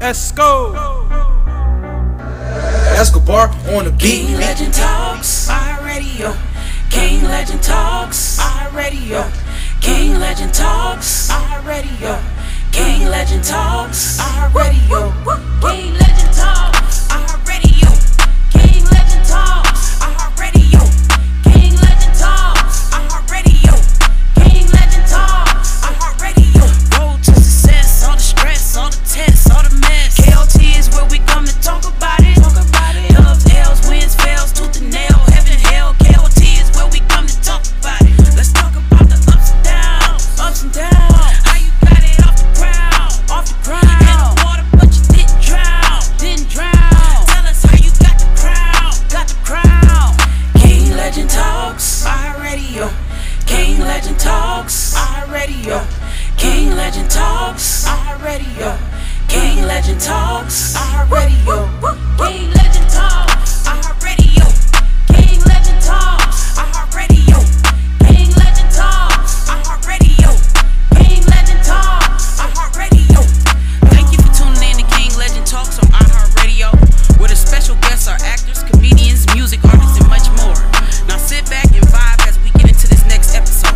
Let's go. Escobar on the beat. King Legend Talks, iRadio. King Legend Talks, iRadio. King Legend Talks, iRadio. King Legend Talks, iRadio. King Legend Talks, iRadio. King Legend Talks, iRadio. King Legend Talks, iRadio. King Legend Talks, iRadio. Road to success, all the stress, all the tests, all the mess. KLT is where we come to talk about it. Talk about it. Loves, L's, wins, fails, tooth and nail, heaven, hell. KLT is where we come to talk about it. Let's talk about the ups and downs, ups and downs. How you got it off the ground, off the ground. Had the water, but you didn't drown, didn't drown. Tell us how you got the crown, got the crown. King Legend Talks, iRadio. King Legend Talks, iRadio. King Legend Talks, iRadio. King Legend Talks, iRadio. King Legend Talks, iRadio. King Legend Talks, iRadio. King Legend Talks, iRadio. King Legend Talks, iRadio. Thank you for tuning in to King Legend Talks on iHeartRadio, where the special guests are actors, comedians, music artists, and much more. Now sit back and vibe as we get into this next episode.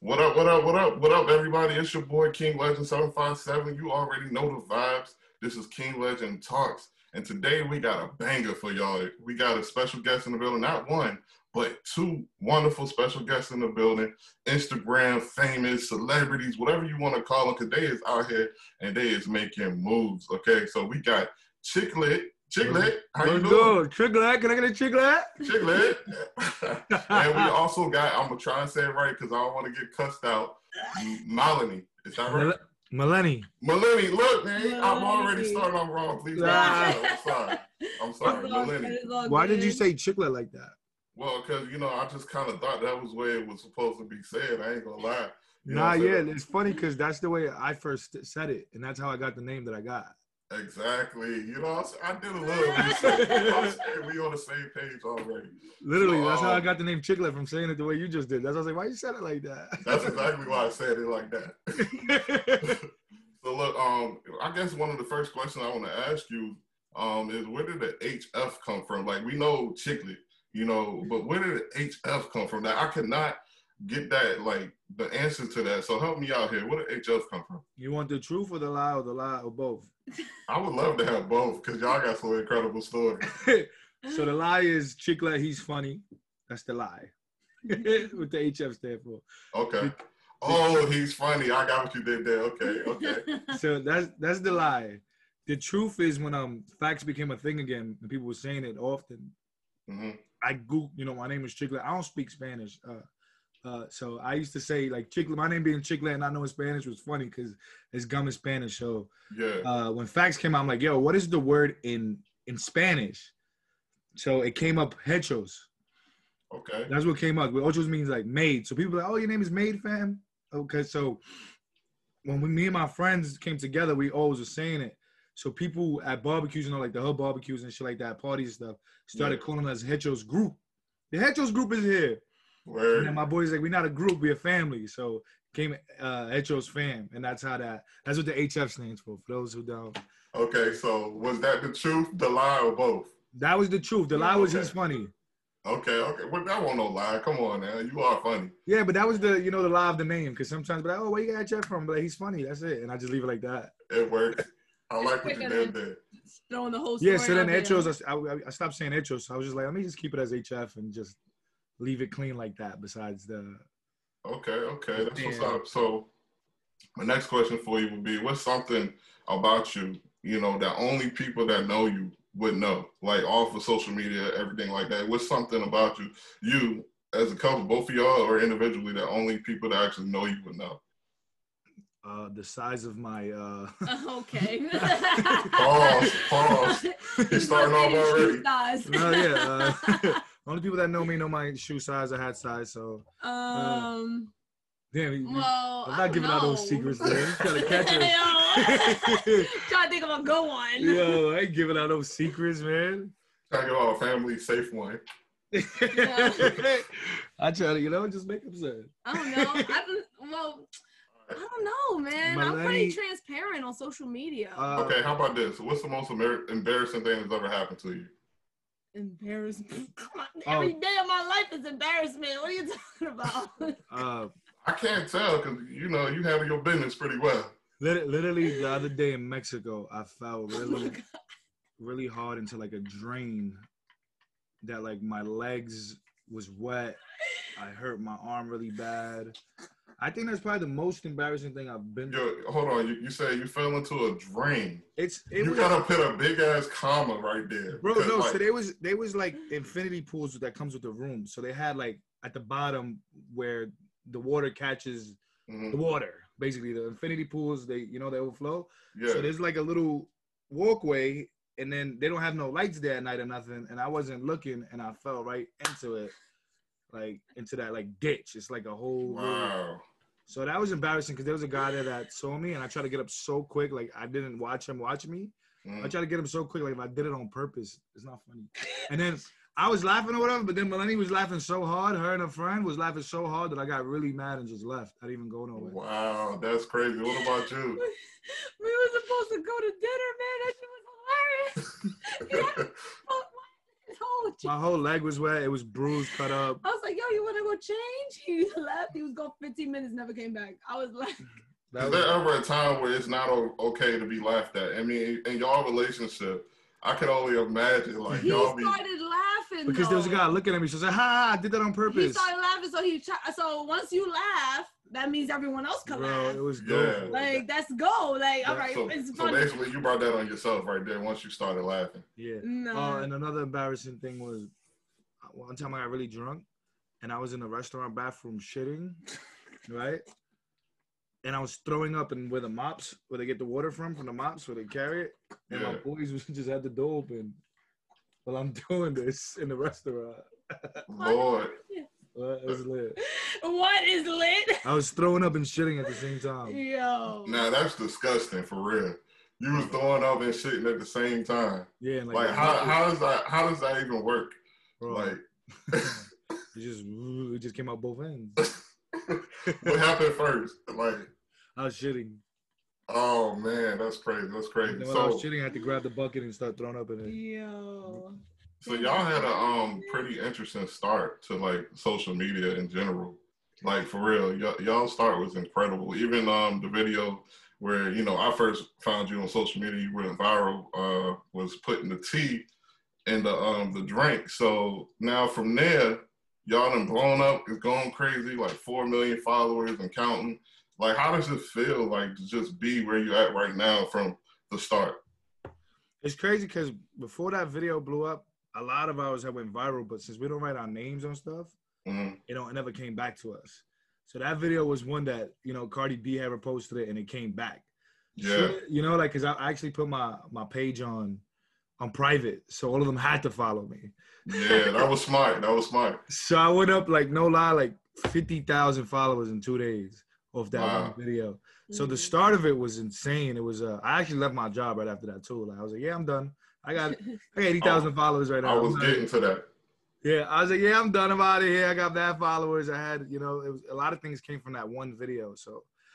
What up, what up, what up, what up, everybody? It's your boy King Legend 757. You already know the vibes. This is King Legend Talks. And today we got a banger for y'all. We got a special guest in the building. Not one, but two wonderful special guests in the building. Instagram famous celebrities, whatever you want to call them, because they is out here and they is making moves. Okay, so we got Chicklet. Chicklet, how you Let's doing? go. Triglet. Can I get a triglet? Chicklet. and we also got, I'm going to try and say it right because I don't want to get cussed out. Melanie. Is that right? Mel- Melanie. Melanie, look, man, I'm Melanie. already starting off wrong. Please, Nah. don't I'm sorry. I'm sorry, Melanie. Why did you say chiclet like that? Well, because, you know, I just kind of thought that was the way it was supposed to be said. I ain't going to lie. You know nah, what I'm yeah, saying? it's funny because that's the way I first said it, and that's how I got the name that I got. Exactly. You know, I s- I did a little research. I'm saying we on the same page already. Literally, So, that's how I um, got the name Chiclet from saying it the way you just did. That's why I was like, why you said it like that? That's exactly why I said it like that. so look, um, I guess one of the first questions I want to ask you um, is where did the HF come from? Like we know Chicklet, you know, but where did the HF come from? That I cannot get that like the answer to that. So help me out here. Where did HF come from? you want the truth or the lie or the lie or both? I would love to have both because y'all got some incredible stories. so the lie is Chiclet, he's funny. That's the lie. what the HF stand for. Okay. Oh, he's funny. I got what you did there. Okay, okay. so that's that's the lie. The truth is when um facts became a thing again and people were saying it often. hmm I goop, you know, my name is Chicle. I don't speak Spanish. Uh, uh, so I used to say like Chicle, my name being Chicle and I know Spanish was funny because it's gum in Spanish. So Yeah. uh, when facts came out, I'm like, yo, what is the word in in Spanish? So it came up hechos. Okay. That's what came up. What Ochos means like maid. So people are like, oh, your name is maid, fam. Okay, so when we, me and my friends came together, we always were saying it. So people at barbecues, you know, like the hub barbecues and shit like that, parties and stuff, started Yeah. calling us Hechos group. The Hechos group is here. And then Word. my boys like, we're not a group, we're a family. So came uh Hechos fam, and that's how that that's what the HF stands for. For those who don't, Okay. So was that the truth, the lie, or both? that was the truth. The lie was he's Okay. funny. Okay, okay. Well, that won't no lie. Come on now. You are funny. Yeah, but that was the you know the lie of the name because sometimes but like, oh where you got Jeff from? But like, he's funny, that's it, and I just leave it like that. It works. I It's like what you quicker did than- there. throwing the whole Yeah, story so then out there. Etchos, I, I, I stopped saying Etchos. So I was just like, let me just keep it as HF and just leave it clean like that. Besides the Okay, okay. That's what's Yeah. up. So my next question for you would be what's something about you, you know, that only people that know you would know? Like off of social media, everything like that. What's something about you, you as a couple, both of y'all or individually that only people that actually know you would know? uh, the size of my uh, Okay. Pause, pause. He's starting off already. No, yeah, uh, only people that know me know my shoe size, or hat size. So um. damn, you- you- Well, I'm I not don't giving know. out those secrets. Man. You gotta catch Hell. us. Trying to think of a good one. Yo, I ain't giving out no secrets, man. Talking about a family safe one. I try to, you know, just make up sense. I don't know. I don't, well, I don't know, man. I'm Melanie- pretty transparent on social media. Uh, Okay, how about this? What's the most embar- embarrassing thing that's ever happened to you? Embarrassment. Come on, Oh. every day of my life is embarrassment. What are you talking about? Uh, I can't tell because you know you handle your business pretty well. lit- literally the other day in Mexico, I Oh fell really, really hard into like a drain that like my legs was wet. I hurt my arm really bad. I think that's probably the most embarrassing thing I've been. through. you hold on, you, you say you fell into a drain. It's it You was gotta put a big ass comma right there. Bro, because, no. like, so they was they was like infinity pools that comes with the room. So they had like at the bottom where the water catches the mhm, water. Basically, the infinity pools they you know they overflow. mm-hmm, yeah. So there's like a little walkway, and then they don't have no lights there at night or nothing. And I wasn't looking, and I fell right into it, like into that like ditch. It's like a whole. little- wow. so that was embarrassing because there was a guy there that saw me, and I tried to get up so quick, like I didn't watch him watch me. I Mhm. tried to get him so quick, like if I did it on purpose, it's not funny. And then I was laughing or whatever, but then Melanie was laughing so hard, her and her friend was laughing so hard that I got really mad and just left. I didn't even go nowhere. Wow, that's crazy. What about you? we were supposed to go to dinner, man. That shit was hilarious. Yo, what? Oh, j- My whole leg was wet. It was bruised, cut up. I was like, yo, you want to go change? He left. He was gone 15 minutes, never came back. I was like, That Is was- there ever a time where it's not o- okay to be laughed at? I mean, in y'all relationship, I could only imagine like he y'all be. started laughing. because there was a though. guy looking at me. She said, "Ha! I did that on He purpose." started laughing, so he tri- so once you laugh, that means everyone else can Bro, laugh. it was Yeah. good. Like that's go. Like all Yeah, right, So, it's so funny. basically, you brought that on yourself right there once you started laughing. yeah. no. Uh, and another embarrassing thing was uh, one time I got really drunk and I was in the restaurant bathroom shitting, right? And I was throwing up and where the mops, where they get the water from, from the mops, where they carry it. And my Yeah. boys was, just had the door open while I'm doing this in the restaurant. Uh, Lord, Well, it was lit. what is lit? I was throwing up and shitting at the same time. Yo. now that's disgusting for real. You was throwing up and shitting at the same time. Yeah, and like, Like how how does that how does that even work? bro, Like it just it just came out both ends. what happened first? Like I was shitting. oh man, that's crazy. That's And crazy. then when I So was shitting, I had to grab the bucket and start throwing up in it. Yo. so y'all had a um pretty interesting start to like social media in general. Like for real, y'all y'all start was incredible. Even um the video where you know I first found you on social media, you went viral. Uh, was putting the tea in the um the drink. So now from there, y'all done blown up. It's going crazy. Like four million followers and counting. Like how does it feel like to just be where you at right now from the start? It's crazy because before that video blew up, a lot of ours had went viral, but since we don't write our names on stuff, Mhm. it don't it never came back to us. So that video was one that you know Cardi B had reposted it and it came back. Yeah. Shit, you know, like because I actually put my my page on on private, so all of them had to follow me. Yeah, that was smart. That was smart. So I went up like no lie, like fifty thousand followers in two days off that Wow. one video. So Mm. the start of it was insane. It was uh, I actually left my job right after that too. Like I was like, yeah, I'm done. I got I got eighty thousand followers right now. Oh, I I'm was not- getting to that. Yeah, I was like, yeah, I'm done. I'm out of here. I got bad followers. I had, you know, it was a lot of things came from that one video. So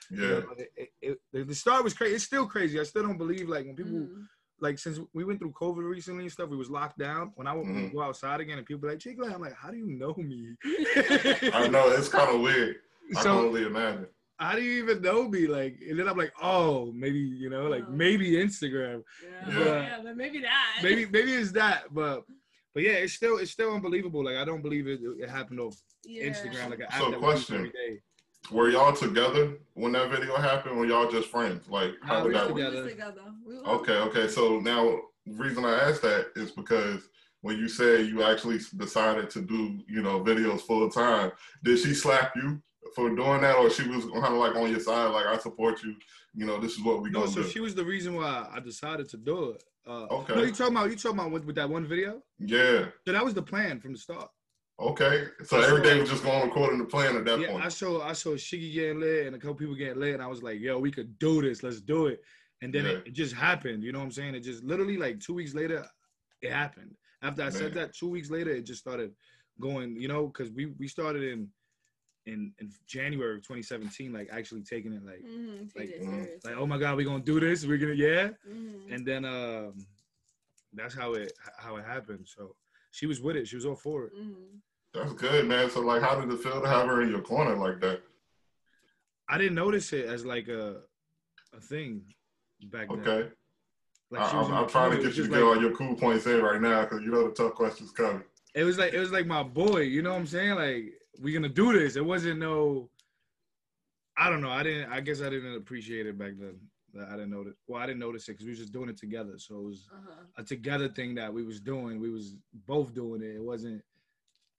you Yeah. know, it, it, it- the- the start was crazy. It's still crazy. I still don't believe like when people Mm. Mhm. like since we went through COVID recently and stuff, we was locked down. When I would Mhm. go outside again and people be like, Jake, I'm like, how do you know me? I know it's kind of weird. I can so only imagine. how do you even know me? Like, and then I'm like, oh, maybe you know, like Oh. maybe Instagram, Yeah, Yeah. yeah, but maybe that. maybe maybe it's that, but. But yeah, it's still it's still unbelievable. Like I don't believe it, it happened off Yeah. Instagram. Like an app So, that we use question. every day. Were y'all together when that video happened? Were y'all just friends? Like how Nah, did Oh, we that were work? We was together. together. We was- Okay, okay. So now, reason I asked that is because when you said you actually decided to do, you know, videos full time, did she slap you for doing that, or she was kind of like on your side, like I support you, you know, this is what we No, gonna so do? she was the reason why I decided to do it. Uh, Okay. No, you talking about you talking about with, with that one video? yeah. So that was the plan from the start. Okay. So I saw everything that. was just going according to plan at that yeah, point. I saw I saw Shiggy getting lit and a couple people getting lit, and I was like, "Yo, we could do this. Let's do it." And then Yeah. it, it just happened. You know what I'm saying? It just literally like two weeks later, it happened. After I said Man. that, two weeks later, it just started going. You know, because we we started in in in January of 2017, like actually taking it like Mm-hmm, take Like, it mm, serious. like oh my god, we're gonna do this, we're gonna yeah, Mhm. and then um, that's how it how it happened. So she was with it, she was all for it. Mhm. That's good, man. So like, how did it feel to have her in your corner like that? I didn't notice it as like a a thing back then. Okay, Like she was I, in am the trying to queue, it get was you just to get like- all your cool points in right now because you know the tough questions coming. it was like it was like my boy, you know what I'm saying? Like we gonna do this. It wasn't no I don't know. I didn't I guess I didn't appreciate it back then. That I didn't notice. Well, I didn't notice it because we was just doing it together. So it was Uh-huh. a together thing that we was doing. We was both doing it. It wasn't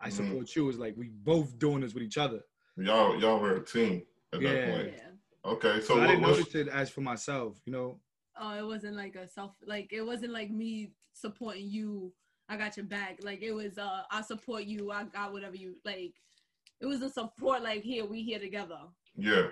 I Mhm. support you. It was like we both doing this with each other. Y'all, y'all were a team at that Yeah. point. Yeah. Okay, So, so I what didn't was? notice it as for myself, you know. Oh, it wasn't like a self like it wasn't like me supporting you. I got your back. Like it was uh I support you. I got whatever you like. It was a support like here we here together. Yeah,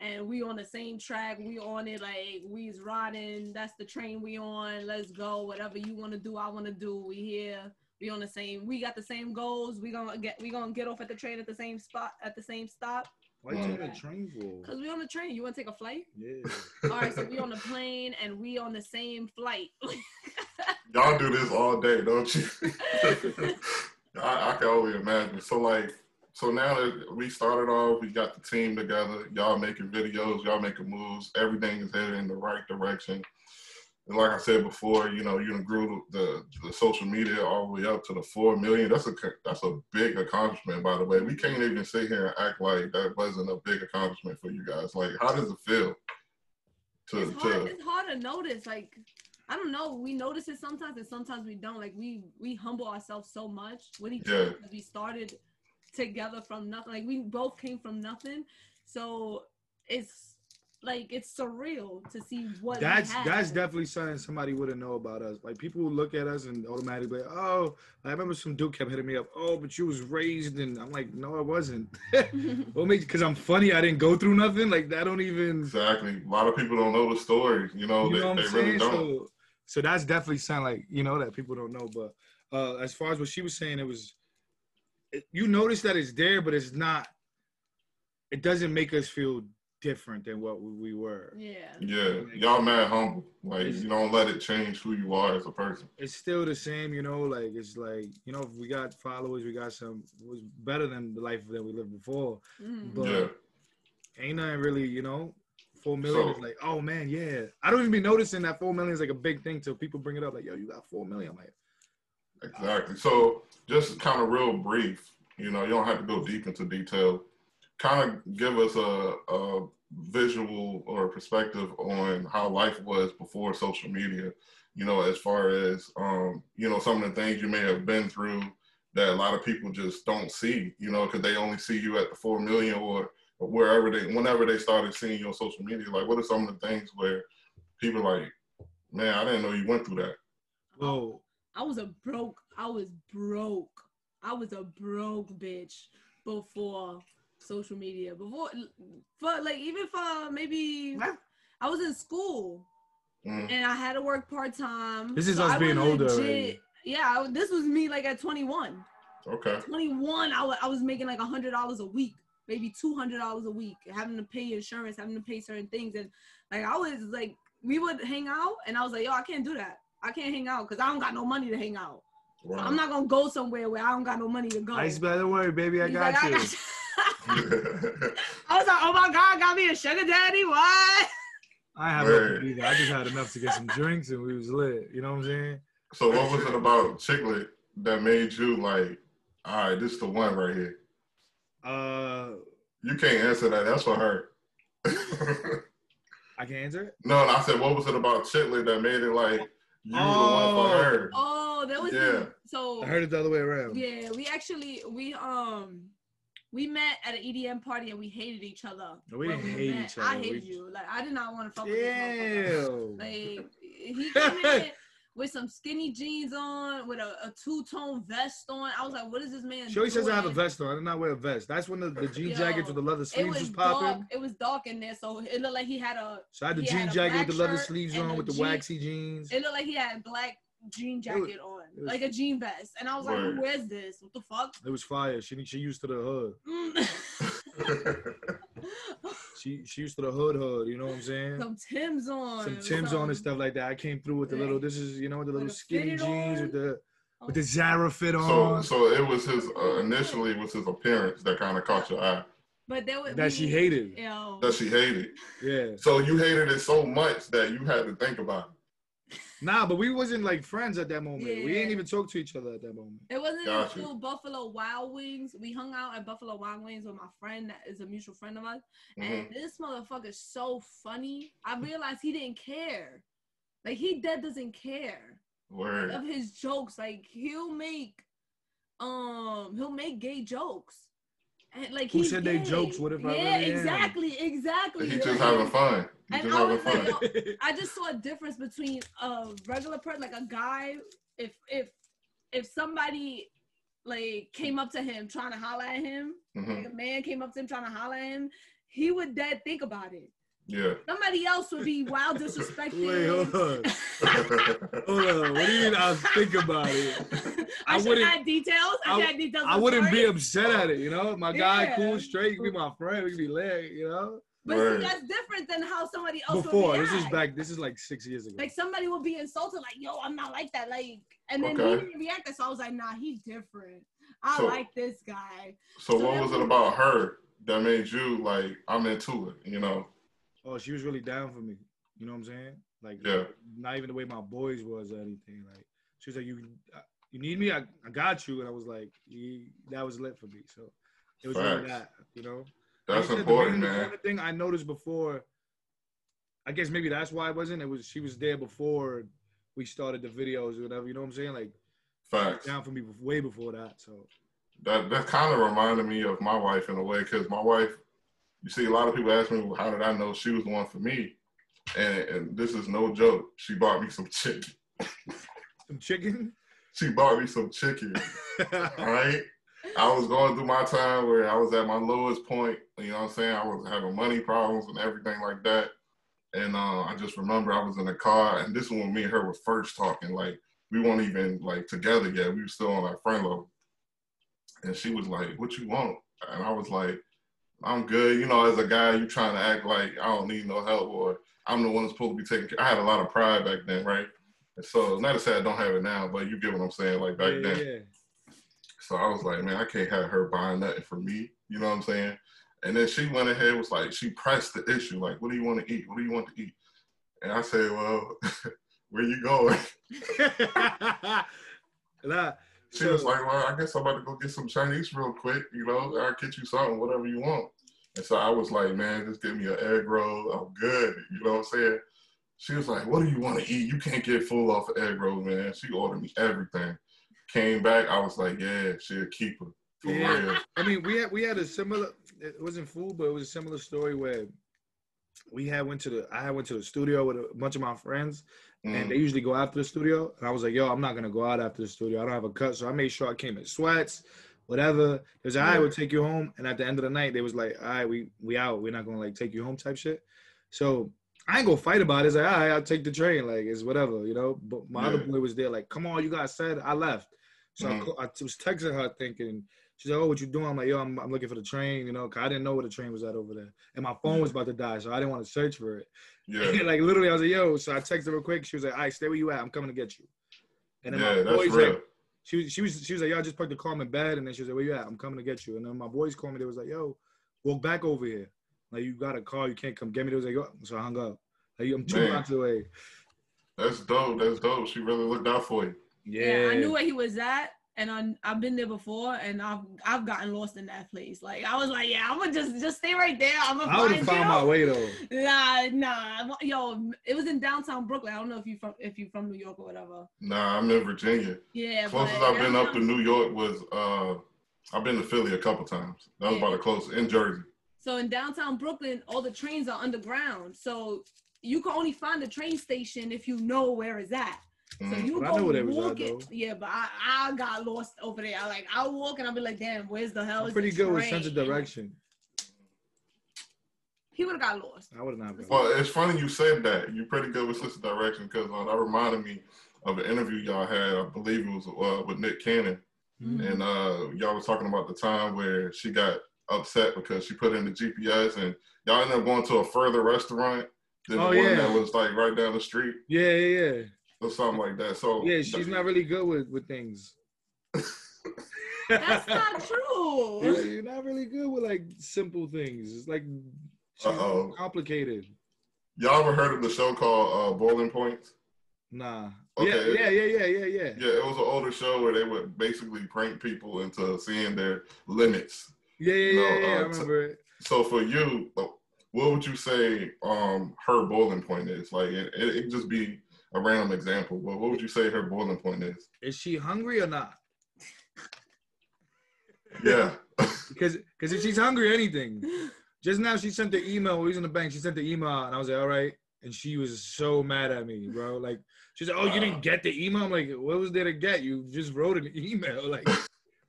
And we on the same track. We on it like we's riding. That's the train we on. Let's go. Whatever you want to do, I want to do. We here. We on the same. We got the same goals. We gonna get. We gonna get off at the train at the same spot at the same stop. Why you Mhm. on a train for? Cause we on the train. You wanna take a flight? Yeah. All right. So we on the plane and we on the same flight. y'all do this all day, don't you? I, I can only imagine. So like, so now that we started off, we got the team together. Y'all making videos, y'all making moves. Everything is headed in the right direction. And like I said before, you know, you done grew the, the social media all the way up to the four million. That's a that's a big accomplishment, by the way. We can't even sit here and act like that wasn't a big accomplishment for you guys. Like, how does it feel? To, it's hard, to it's hard to notice like i don't know we notice it sometimes and sometimes we don't like we we humble ourselves so much with each other Yeah. 'cause we started together from nothing like we both came from nothing so it's like it's surreal to see what we That's have. that's definitely something somebody wouldn't know about us. Like people would look at us and automatically, like, oh, I remember some dude kept hitting me up. Oh, but you was raised, and I'm like, no, I wasn't. what makes? Because I'm funny. I didn't go through nothing. Like that don't even. Exactly. A lot of people don't know the story. You know, You know what they, I'm they saying? really don't. So, so that's definitely something like you know that people don't know. But uh, as far as what she was saying, it was. It, you notice that it's there, but it's not. It doesn't make us feel different than what we, we were. yeah yeah, y'all mad humble. Like you don't let it change who you are as a person. it's still the same, you know. Like it's like you know, if we got followers, we got some it was better than the life that we lived before. Mhm. But Yeah. ain't nothing really, you know. Four million is So- like, oh man, yeah. I don't even be noticing that four million is like a big thing till people bring it up. Like, yo, you got four million. I'm like, Exactly. So just kind of real brief, you know, you don't have to go deep into detail. Kind of give us a, a visual or a perspective on how life was before social media, you know, as far as, um, you know, some of the things you may have been through that a lot of people just don't see, you know, because they only see you at the 4 million or wherever they, whenever they started seeing you on social media. Like, what are some of the things where people like, man, I didn't know you went through that? whoa, I was a broke. I was broke. I was a broke bitch before social media. Before, for like even for maybe I was in school Mm. and I had to work part time. This is us I being was older legit- already. Yeah, I- this was me like at 21. Okay. 21, I wa- I was making like hundred dollars a week, maybe two hundred dollars a week, having to pay insurance, having to pay certain things, and like I was like, we would hang out, and I was like, yo, I can't do that. I can't hang out because I don't got no money to hang out. So I'm not gonna go somewhere where I don't got no money to go. ice bag. Don't worry, baby, I He's got like, I you. got you. Wow. I was like, oh my god, got me a sugar daddy. What? I have Word. nothing either. I just had enough to get some drinks and we was lit. You know what I'm saying? So what was it about Chicklet that made you like, all right, this is the one right here? Uh, You can't answer that. That's for her. I can answer it. no, and I said, what was it about Chicklet that made it like you the one Oh. for her? Oh, that was Yeah. so. I heard it the other way around. Yeah, we actually we um we met at an EDM party and we hated each other. No, we when didn't hate each other. I hated We- you. Like I did not want to fuck with you. Ew. Like he came in with some skinny jeans on, with a, a two tone vest on. I was like, what is this man? She always says I have a doing? vest on. I did not wear a vest. That's when the, the jean Yo, jackets with the leather It sleeves was was dark. popping. It was dark in there, so it looked like he had a. So I had the He jean had a jacket with the black leather shirt sleeves and on a with the jean- waxy jeans. It looked like he had a black jean It was- jacket on, it was- like a jean vest, and I was like, Word. who is this? What the fuck? It was fire. She she used to the hood. Mm. She she used to the hood hood, you know what I'm saying? Some Tim's on. Some Tim's on and stuff like that. I came through with the little this is you know the little With a skinny fitted jeans on. with the Oh with the Zara fit so on so it was his uh, initially it was his appearance that kind of caught your eye But there would that be, she hated. Yo. that she hated. Yeah. So you hated it so much that you had to think about Nah, but we wasn't like friends at that moment. We Yeah. didn't even talk to each other at that moment. It wasn't Gotcha. until Buffalo Wild Wings. We hung out at Buffalo Wild Wings with my friend that is a mutual friend of ours. it. Mm-hmm. And this motherfucker's so funny. I realized he didn't care. Like he dead doesn't care Mhm. Word. of his jokes. Like he'll make um he'll make gay jokes. And like Who he's said they gay. jokes? What if I Yeah, really am? exactly, exactly. He just Like, having fun. He And just I having was like, fun. yo, I just saw a difference between a regular person, like a guy, if if if somebody like came up to him trying to holler at him, hmm like a man came up to him trying to holler at him, he would dead think about it. Yeah. Somebody else would be wild disrespecting. Wait, hold on. Hold on. What do you mean I'll think about it? I I, should wouldn't- add details. I, I- should add details. I I'm wouldn't be sorry. upset at it, you know? My guy, Yeah. cool, straight, he be my friend, we can be lit, you know? But Word. see, that's different than how somebody else Before, would this react. is back, this is like six years ago. Like somebody would be insulted, like, yo, I'm not like that. Like, and then Okay. he didn't react. So I was like, nah, he's different. I So- like this guy. So So what that was was- it about her that made you like I'm into it? You know. Oh, she was really down for me. You know what I'm saying? Like, Yeah. not even the way my boys was or anything. Like, she was like, "You, uh, you need me? I, I got you." And I was like, "Ye- "That was lit for me." So it was really Facts. that, you know. Like That's you said, the being important, in the man. corner Thing I noticed before. I guess maybe that's why I wasn't. It was she was there before we started the videos or whatever. You know what I'm saying? Like she was Facts. down for me bef- way before that. So That that kind of reminded me of my wife in a way, because my wife, you see, a lot of people ask me, well, how did I know she was the one for me? And, and this is no joke. She bought me some chicken. some chicken. She bought me some chicken. right? I was going through my time where I was at my lowest point. You know what I'm saying? I was having money problems and everything like that. And uh, I just remember I was in the car, and this is when me and her were first talking. Like we weren't even like together yet. We were still on like friend level. And she was like, "What you want?" And I was like, "I'm good." You know, as a guy, you trying to act like I don't need no help, or I'm the one that's supposed to be taking. care. I had a lot of pride back then, right? And so, not to say I don't have it now, but you get what I'm saying. Like back yeah, then, yeah. so I was like, man, I can't have her buying nothing for me. You know what I'm saying? And then she went ahead was like, she pressed the issue, like, what do you want to eat? What do you want to eat? And I said, well, where you going? And I- She was like, well, I guess I'm about to go get some Chinese real quick. You know, I'll get you something, whatever you want. And so I was like, man, just give me an egg roll. I'm good. You know what I'm saying? She was like, what do you want to eat? You can't get full off of egg roll, man. She ordered me everything. Came back, I was like, yeah, she a keeper. For Yeah. real. I mean, we had we had a similar. It wasn't food, but it was a similar story where we had went to the. I had went to the studio with a bunch of my friends, and Mm, they usually go after the studio. And I was like, "Yo, I'm not gonna go out after the studio. I don't have a cut." So I made sure I came in sweats, whatever. They was like, "All right, we'll take you home." And at the end of the night, they was like, "All right, we we out. We're not gonna like take you home type shit." So I ain't gonna fight about it. It's like, "All right, I'll take the train. Like it's whatever, you know." But my other Yeah. boy was there, like, "Come on, you guys said I left." So I Mhm. ca- I, was texting her thinking. She's like, "Oh, what you doing?" I'm like, "Yo, I'm, I'm looking for the train, you know, 'cause I didn't know where the train was at over there, and my Mm. phone was about to die, so I didn't want to search for it." yeah. like literally, I was like, "Yo!" So I texted her real quick. She was like, "All right, stay where you at. I'm coming to get you." And then yeah, my that's boys real. like, she was she was she was like, "Yo, I just parked the car in my bed." And then she was like, "Where you at? I'm coming to get you." And then my boys called me. They was like, "Yo, walk back over here. Like you got a car. You can't come get me." They was like, "Yo," so I hung up. Like I'm two Man. blocks away. that's dope. That's dope. She really looked out for you. Yeah. I knew where he was at. And I, I've been there before, and I've I've gotten lost in that place. Like I was like, yeah, I'm gonna just just stay right there. I'm gonna I would find you. have found my way though. Nah, nah, yo, it was in downtown Brooklyn. I don't know if you from if you from New York or whatever. Nah, I'm in Virginia. Yeah, Closest but I've been up to downtown- New York was uh, I've been to Philly a couple times. That was about the closest in Jersey. So in downtown Brooklyn, all the trains are underground. So you can only find the train station if you know where it's at. So Mhm. you Mm, But I go know where they was at, walk it. though. Yeah, but I, I got lost over there. I like I walk and I'll be like, damn, where's the hell? I'm is pretty the good with sense of train? direction. He would have got lost. I would not. Well, it's funny you said that. You're pretty good with sister direction because uh, that reminded me of an interview y'all had. I believe it was uh, with Nick Cannon, Mm-hmm. Mhm. and uh, y'all was talking about the time where she got upset because she put in the GPS and y'all ended up going to a further restaurant than Oh, the one yeah. that was like right down the street Yeah, yeah, yeah. or something like that. So Yeah, she's not really good with with things. That's not You're, true. you're not really good with like simple things. It's like she's Uh-oh. complicated. Y'all ever heard of the show called uh, Boiling Points? Nah. Okay. Yeah, yeah, yeah, yeah, yeah, yeah. Yeah, it was an older show where they would basically prank people into seeing their limits. Yeah, yeah, yeah, No, yeah. I uh, t- remember it. So for you, uh, what would you say um, her boiling point is? Like, it, it, it could just be a random example, but what would you say her boiling point is? Is she hungry or not? Yeah. Because because if she's hungry, or anything. Just now she sent the email. We was in the bank. She sent the email, out, and I was like, all right. And she was so mad at me, bro. Like she's like, oh, you didn't get the email. I'm like, what was there to get? You just wrote an email. Like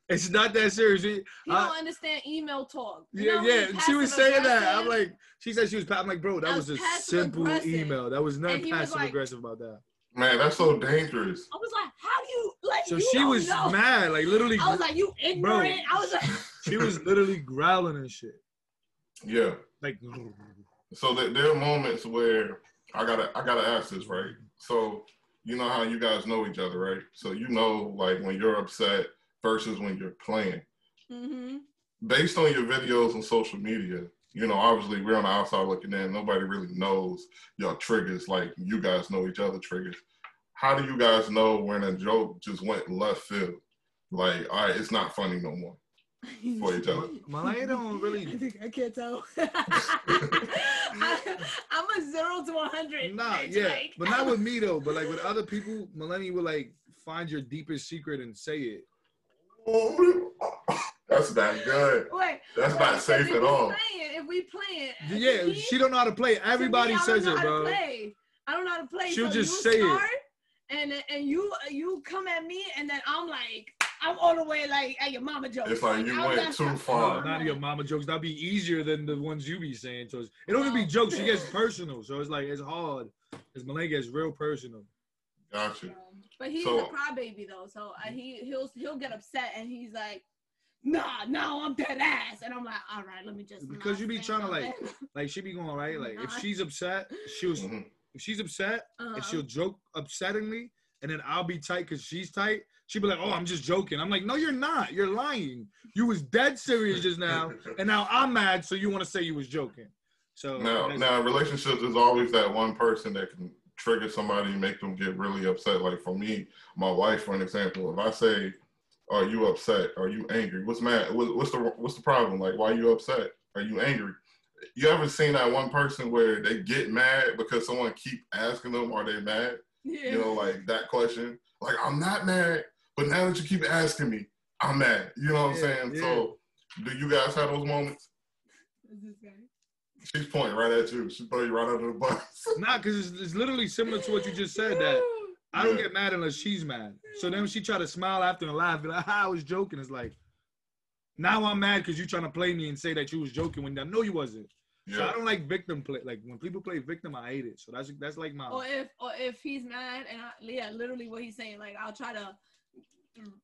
it's not that serious. She- You I- don't understand email talk. You Yeah, know, yeah. he's She was saying that. I'm passive-aggressive. like, she said she was. pa- I'm like, bro, that That was was a simple passive-aggressive. email. That was And nothing he was passive like- aggressive about that. Man, that's so dangerous. I was like, how do you like? So you she don't was know. mad, like literally, I was like, you ignorant. I was like, she was literally growling and shit. Yeah. Like, So there, there are moments where I gotta I gotta ask this, right? So you know how you guys know each other, right? So you know like when you're upset versus when you're playing. mm-hmm. Based on your videos on social media, you know, obviously we're on the outside looking in. Nobody really knows your triggers like you guys know each other triggers. How do you guys know when a joke just went left field? Like, all right, it's not funny no more for each other. Malaya don't I really. think I can't tell. I, I'm a zero to 100. Nah, bitch, yeah, like- but not with me though. But like with other people, Melanie will like find your deepest secret and say it. That's not good. Wait, That's wait, not 'cause safe if at we all. Playing, if we playing, Yeah, me, she don't know how to play. to me, Everybody I don't says know it, how to bro. play. I don't know how to play. She'll so just you say it. start, And and you you come at me, and then I'm like, I'm all the way like at your mama joke. It's like you I was went like, too No, far. not your mama jokes. That'd be easier than the ones you be saying to us. It don't even be jokes. She gets personal, so it's like it's hard. Cause Malay gets real personal. Gotcha. But he's So- a crybaby though, so uh, he he'll he'll get upset, and he's like, Nah, no, I'm dead ass, and I'm like, All right, let me just. Because not you be say tryna, nothing." Like she be going right. Like if she's upset, she'll Mhm. if she's upset Uh-huh. and she'll joke upsettingly, and then I'll be tight because she's tight. She'll be like, "Oh, I'm just joking." I'm like, "No, you're not. You're lying. You was dead serious just now, Mm-hmm. and now I'm mad. So you want to say you was joking?" So Now, that's- now, relationships is always that one person that can trigger somebody and make them get really upset. Like for me, my wife, for an example, if I say, "Are you upset? Are you angry? What's mad? What, what's the what's the problem? Like, why you upset? Are you angry?" You ever seen that one person where they get mad because someone keep asking them, "Are they mad?" yeah. You know, like that question. Like, I'm not mad, but now that you keep asking me, I'm mad. You know what Yeah, I'm saying? yeah. So, do you guys have those moments? This is good. She's pointing right at you. She throw you right under the bus. Nah, because it's, it's literally similar to what you just said. That I don't Yeah. get mad unless she's mad. So then she try to smile after and laugh, but I was joking. It's like now I'm mad because you trying to play me and say that you was joking when I know you wasn't. So I yeah. don't like victim play. Like when people play victim, I hate it. So that's that's like my Or if or if he's mad and I, yeah, literally what he's saying, like I'll try to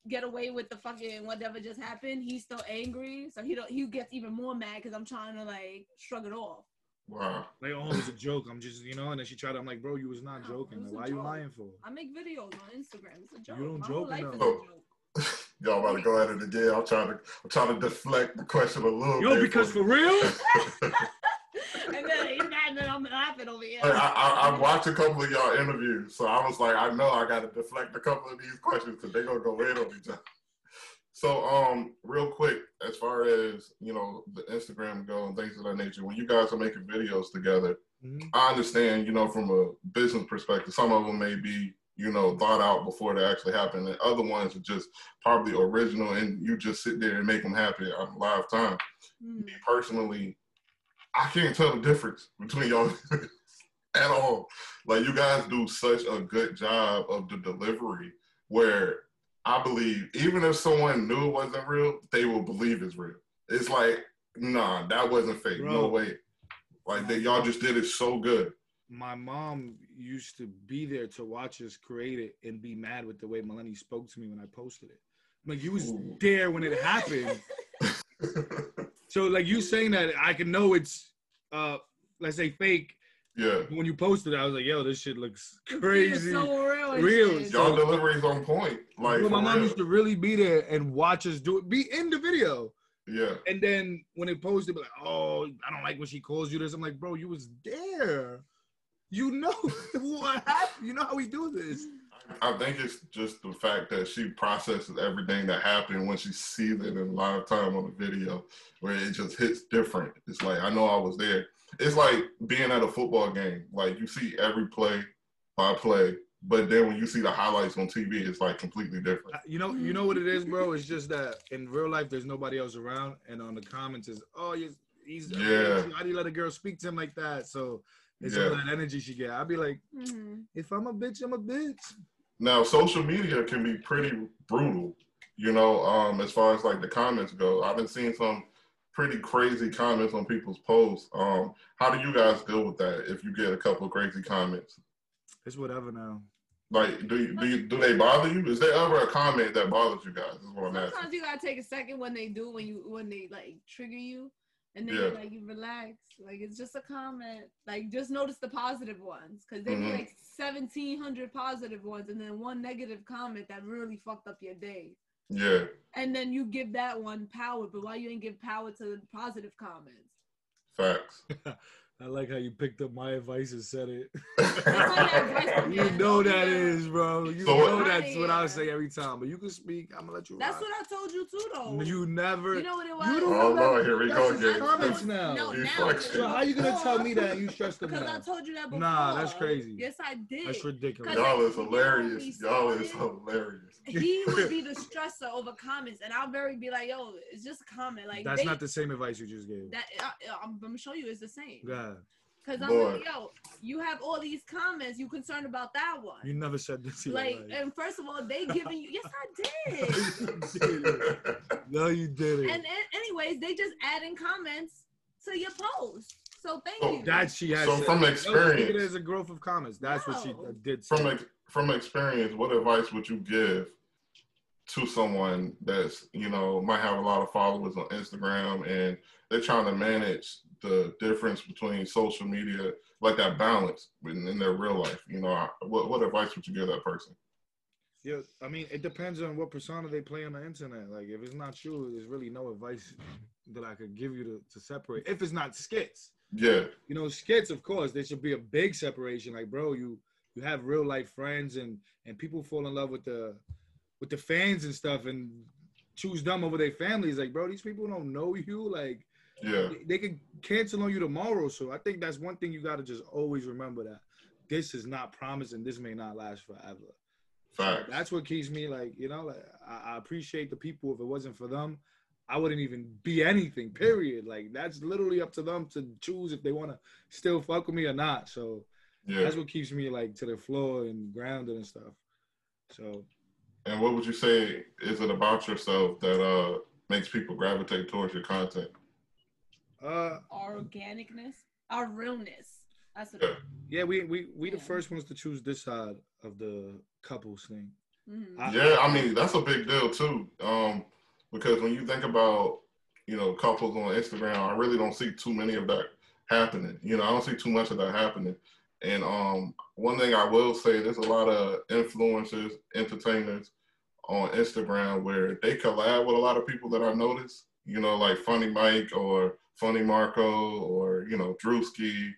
get away with the fucking whatever just happened. He's still angry, so he don't he gets even more mad because I'm trying to like shrug it off. Wow. like oh it was a joke. I'm just you know. And then she tried. I'm like bro, you was not No, joking. Oh, it Like, was why are you a joke. lying for? I make videos on Instagram. It's a joke. don't My whole joke life is a enough. joke. Y'all about to go at it again. I'm trying to I'm trying to deflect the question a little Yo, bit. because for real, and then he's mad, and then I'm laughing over here. Hmm. Like, I, I, I watched a couple of y'all interviews, so I was like, I know I gotta deflect a couple of these questions because they're gonna go in on each other. So, um, real quick, as far as you know, the Instagram go and things of that nature, when you guys are making videos together, Mhm. I understand, you know, from a business perspective, some of them may be, you know, thought out before they actually happen, and other ones are just probably original, and you just sit there and make them happen on live time. Mm. Me personally, I can't tell the difference between y'all at all. Like, you guys do such a good job of the delivery, where I believe even if someone knew it wasn't real, they will believe it's real. It's like, nah, that wasn't fake. Bro. No way. Like that, y'all just did it so good. my mom used to be there to watch us create it and be mad with the way Melanie spoke to me when I posted it. I'm Like you was Ooh. there when it happened. So like you saying that, I can know it's uh let's say fake. Yeah. When you posted, it, I was like, yo, this shit looks It's crazy. so real. and Real. shit. Y'all delivery's on point. Like Well, my for mom real. used to really be there and watch us do it, be in the video. Yeah. And then when it posted, be like, oh, I don't like when she calls you this. I'm like, bro, you was there. You know what happened. You know how we do this. I think it's just the fact that she processes everything that happened when she sees it in live time on the video, where it just hits different. It's like I know I was there. It's like being at a football game. Like you see every play by play, but then when you see the highlights on TV, it's like completely different. Uh, You know, you know what it is, bro. It's just that in real life, there's nobody else around, and on the comments is, oh, he's, he's Yeah. How do you let a girl speak to him like that? So it's all Yeah. that energy she get. I'd be like, Mhm. if I'm a bitch, I'm a bitch. Now, social media can be pretty brutal, you know, um, as far as like the comments go. I've been seeing some pretty crazy comments on people's posts. Um, how do you guys deal with that if you get a couple of crazy comments? It's whatever now. Like, do you, do you, do they bother you? Is there ever a comment that bothers you guys? Is what I'm asking. Sometimes you gotta take a second when they do when you when they like trigger you, and then Yeah. like you relax. Like it's just a comment. Like just notice the positive ones because they be Mhm. like seventeen hundred positive ones, and then one negative comment that really fucked up your day. Yeah, And then you give that one power, but why you ain't give power to the positive comments? facts. I like how you picked up my advice and said it. advice. You Yeah. know that is, bro. You So- know that's what I Yeah. say every time. But you can speak. I'm gonna let you. That's rock. what I told you too, though. You never. You know what it was? You don't Oh, know that- Lord, here we go that's again. his comments now. No, You now. flexing. So how you gonna tell me that you stressed them Because I out? told you that before. Nah, that's crazy. Yes, I did. That's ridiculous. Cause- Y'all is hilarious. Y'all is hilarious. he would be the stressor over comments, and I'll very be like, "Yo, it's just a comment." Like That's they, not the same advice you just gave. that. I, I'm, I'm showing you it's the same. God, Because I'm Boy. like, "Yo, you have all these comments. You concerned about that one?" you never said this. to your like, wife. and first of all, they giving you. Yes, I did. no, you didn't. and, and anyways, they just adding comments to your post. So thank Oh, you. that she has. So said. from No, she took It experience- as a growth of comments. That's what she uh, No. did. Say. from ex- from experience, what advice would you give to someone that's you know might have a lot of followers on Instagram and they're trying to manage the difference between social media, like that balance in, in their real life? You know, I- what what advice would you give that person? Yeah, I mean, it depends on what persona they play on the internet. Like, if it's not you, there's really no advice that I could give you to, to separate. If it's not skits, Yeah, you know, skits, of course, there should be a big separation. Like, bro, you you have real life friends and and people fall in love with the with the fans and stuff and choose them over their families. Like, bro, these people don't know you. Like, yeah, they- they could cancel on you tomorrow. So I think that's one thing you got to just always remember that this is not promised and this may not last forever. facts. That's what keeps me like, you know, like I, I appreciate the people. If it wasn't for them, I wouldn't even be anything. Period. Like that's literally up to them to choose if they want to still fuck with me or not. So yeah. that's what keeps me like to the floor and grounded and stuff. So And what would you say is it about yourself that uh makes people gravitate towards your content? uh Our organicness, our realness. That's what. Yeah. yeah, we we we the Yeah. first ones to choose this side of the couples thing. Mhm. I- Yeah, I mean that's a big deal too. Um, because when you think about you know couples on Instagram, I really don't see too many of that happening. You know, I don't see too much of that happening. And um, one thing I will say, there's a lot of influencers, entertainers on Instagram where they collab with a lot of people that I notice. You know, like Funny Mike or Funny Marco or you know Drewski,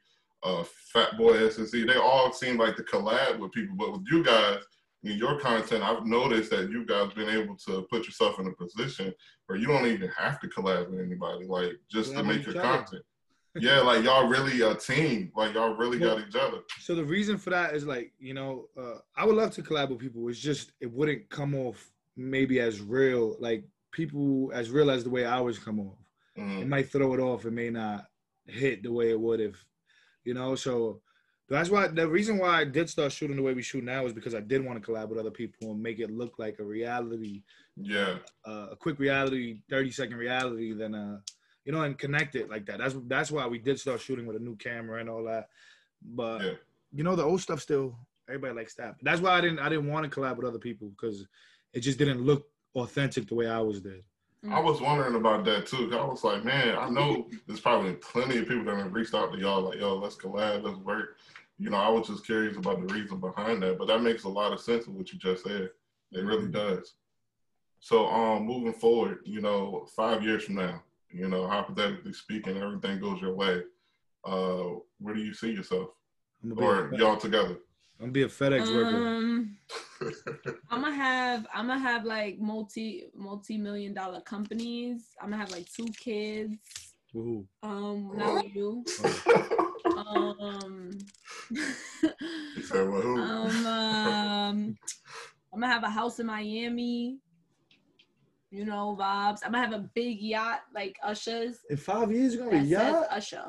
uh, Fat Boy SNC. They all seem like to collab with people, but with you guys in your content, I've noticed that you guys been able to put yourself in a position where you don't even have to collab with anybody, like just Collab to with make your each other. content. Yeah, like y'all really a team. Like y'all really got each other. So the reason for that is like, you know, uh, I would love to collab with people. It's just it wouldn't come off maybe as real, like people as real as the way ours come off. It Mm, might throw it off. It may not hit the way it would if, you know. So that's why the reason why I did start shooting the way we shoot now is because I did want to collab with other people and make it look like a reality, yeah, uh, a quick reality, thirty second reality, than uh, you know, and connect it like that. That's that's why we did start shooting with a new camera and all that. But yeah, you know the old stuff still everybody likes that. That's why I didn't I didn't want to collab with other people because it just didn't look authentic the way I was did. I was wondering about that too. 'cause I was like, man, I know there's probably plenty of people that have reached out to y'all like, yo, let's collab, let's work. You know, I was just curious about the reason behind that, but that makes a lot of sense of what you just said. It really does. So, um, moving forward, you know, five years from now, you know, hypothetically speaking, everything goes your way. Uh, where do you see yourself, I'm gonna be, a, or Fed- y'all together? I'm gonna be a FedEx worker. Um, I'm gonna have I'm gonna have like multi multi million dollar companies. I'm gonna have like two kids. Woohoo. Um, not with you. Um, He said, well, who? um, um, I'm gonna have a house in Miami. You know, vibes. I'm gonna have a big yacht like Usher's. In five years, you're gonna That be says yacht. Usher.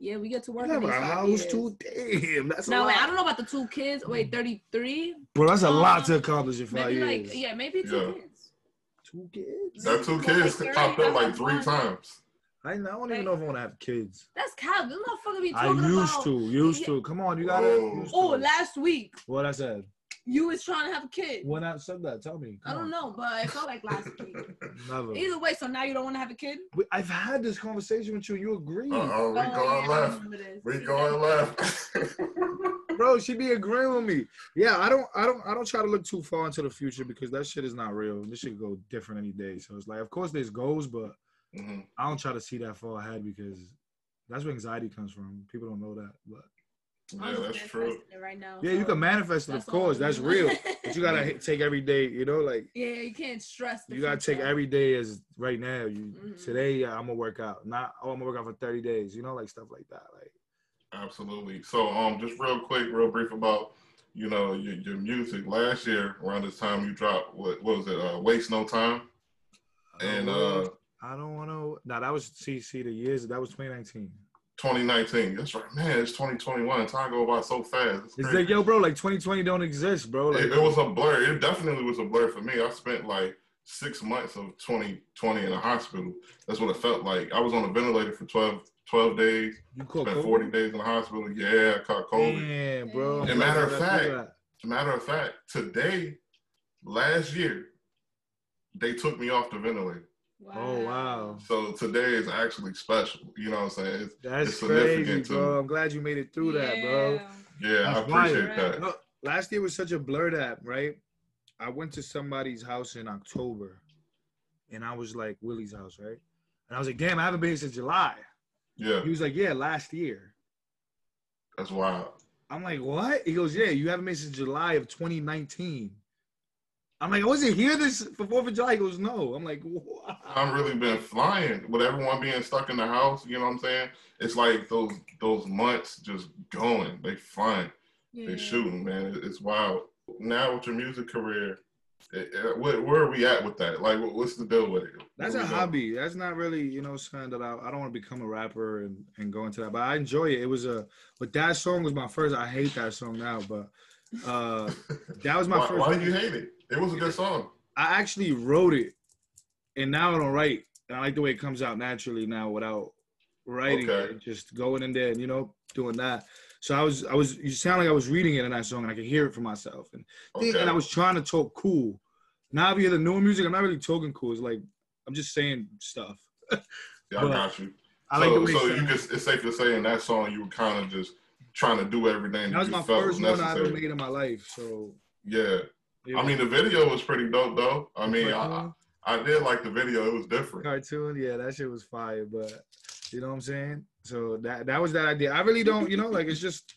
Yeah, we get to work. You have in these a five house years. too. Damn, that's a No, wait, I lot. don't know about the two kids. Wait, 33? Bro, that's a lot Um, to accomplish in five Maybe years. like, yeah, maybe two Yeah. kids. Two kids. That two Well, kids like, popped thirty, up like that's three one. times. I, I don't Like- even know if I want to have kids. That's Cal. This motherfucker be I talking used about. to, used to. Come on, you gotta. Whoa. used Oh, to. last week what I said. you was trying to have a kid. When I said that, tell me. I Come don't know, but it felt like last week. on. Never. Either way, so now you don't want to have a kid? We- I've had this conversation with you. You agree, Uh oh, we going yeah, I left. remember this. We going left. bro. She be agreeing with me. Yeah, I don't, I don't, I don't try to look too far into the future because that shit is not real. This shit go different any day. So it's like, of course, there's goals, but Mhm. I don't try to see that far ahead because that's where anxiety comes from. People don't know that, but Yeah, I'm just that's manifesting true. it Right now, yeah, you so can manifest it. Of that's all course, I that's know. real. But you gotta hit- take every day. You know, like yeah, you can't stress. The you gotta take future. every day as right now. You Mhm. today, yeah, I'm gonna work out. Not oh, I'm gonna work out for 30 days. You know, like stuff like that. Like Absolutely. So, um, just real quick, real brief about you know your, your music. Last year around this time, you dropped what, what was it? Uh, Waste no time. I don't And wanna- uh, I don't want to. Nah, that was CC the years. That was 2019. 2019. That's right, man. It's 2021. Time go by so fast. It's It's crazy. like yo, bro, like 2020 don't exist, bro. Like it, it was a blur. It definitely was a blur for me. I spent like six months of 2020 in a hospital. That's what it felt like. I was on a ventilator for 12, 12 days, you caught spent COVID? 40 days in the hospital. Yeah, I caught COVID. Damn, bro. Damn. I'm matter of glad I did that. As a matter of fact, today, last year, they took me off the ventilator. Oh wow, So today is actually special. You know what I'm saying? It's, that's It's crazy, significant, too. bro. I'm glad you made it through that, bro. Yeah. yeah, I That's wild. appreciate that. No, last year was such a blur that right. I went to somebody's house in October, and I was like Willie's house, right? And I was like, damn, I haven't been here since July. Yeah, He was like, yeah, last year. that's wild. I'm like, what? He goes, yeah, you haven't been since July of 2019. I'm like, I wasn't here this for Fourth of July. He goes, no. I'm like, wow. I've really been flying with everyone being stuck in the house. You know what I'm saying? It's like those those months just going. They flying. Yeah. They shooting, man. It- It's wild. Now with your music career, it, it, where, where are we at with that? Like, what, what's the deal with it? That's Where a we going? hobby. That's not really, you know, something that I, I don't want to become a rapper and, and go into that. But I enjoy it. It was a, but that song was my first. I hate that song now, but uh that was my Why, first. why do you hate it? It was a good song. I actually wrote it, and now I don't write. And I like the way it comes out naturally now without writing Okay. it, just going in there and you know doing that. So I was, I was. You sound like I was reading it in that song, and I could hear it for myself. And think- and I was trying to talk cool. Now if you hear the newer music, I'm not really talking cool. It's like I'm just saying stuff. Yeah, I but- got you. I so, like the way. it so you sounds. could, it's safe to say in that song you were kind of just trying to do everything That was you my felt first was one I ever necessary. made in my life. So yeah. it I was mean the video was pretty dope though. I mean I, cartoon, I did like the video. It was different. cartoon, yeah, that shit was fire. But you know what I'm saying? So that that was that idea. I really don't, you know, like it's just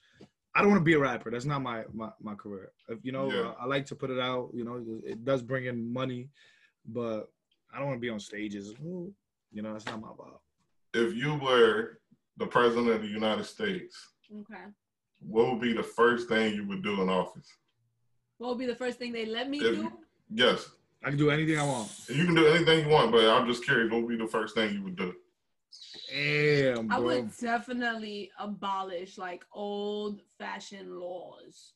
I don't want to be a rapper. That's not my my, my career. If, you know, Yeah. I, I like to put it out. You know, it, it does bring in money, but I don't want to be on stages. Ooh, You know, that's not my vibe. If you were the president of the United States, Okay. what would be the first thing you would do in office? What would be the first thing they let me If- do? Yes, I can do anything I want. you can do anything you want, but I'm just curious. What would be the first thing you would do? Damn, bro. I would definitely abolish like old fashioned laws.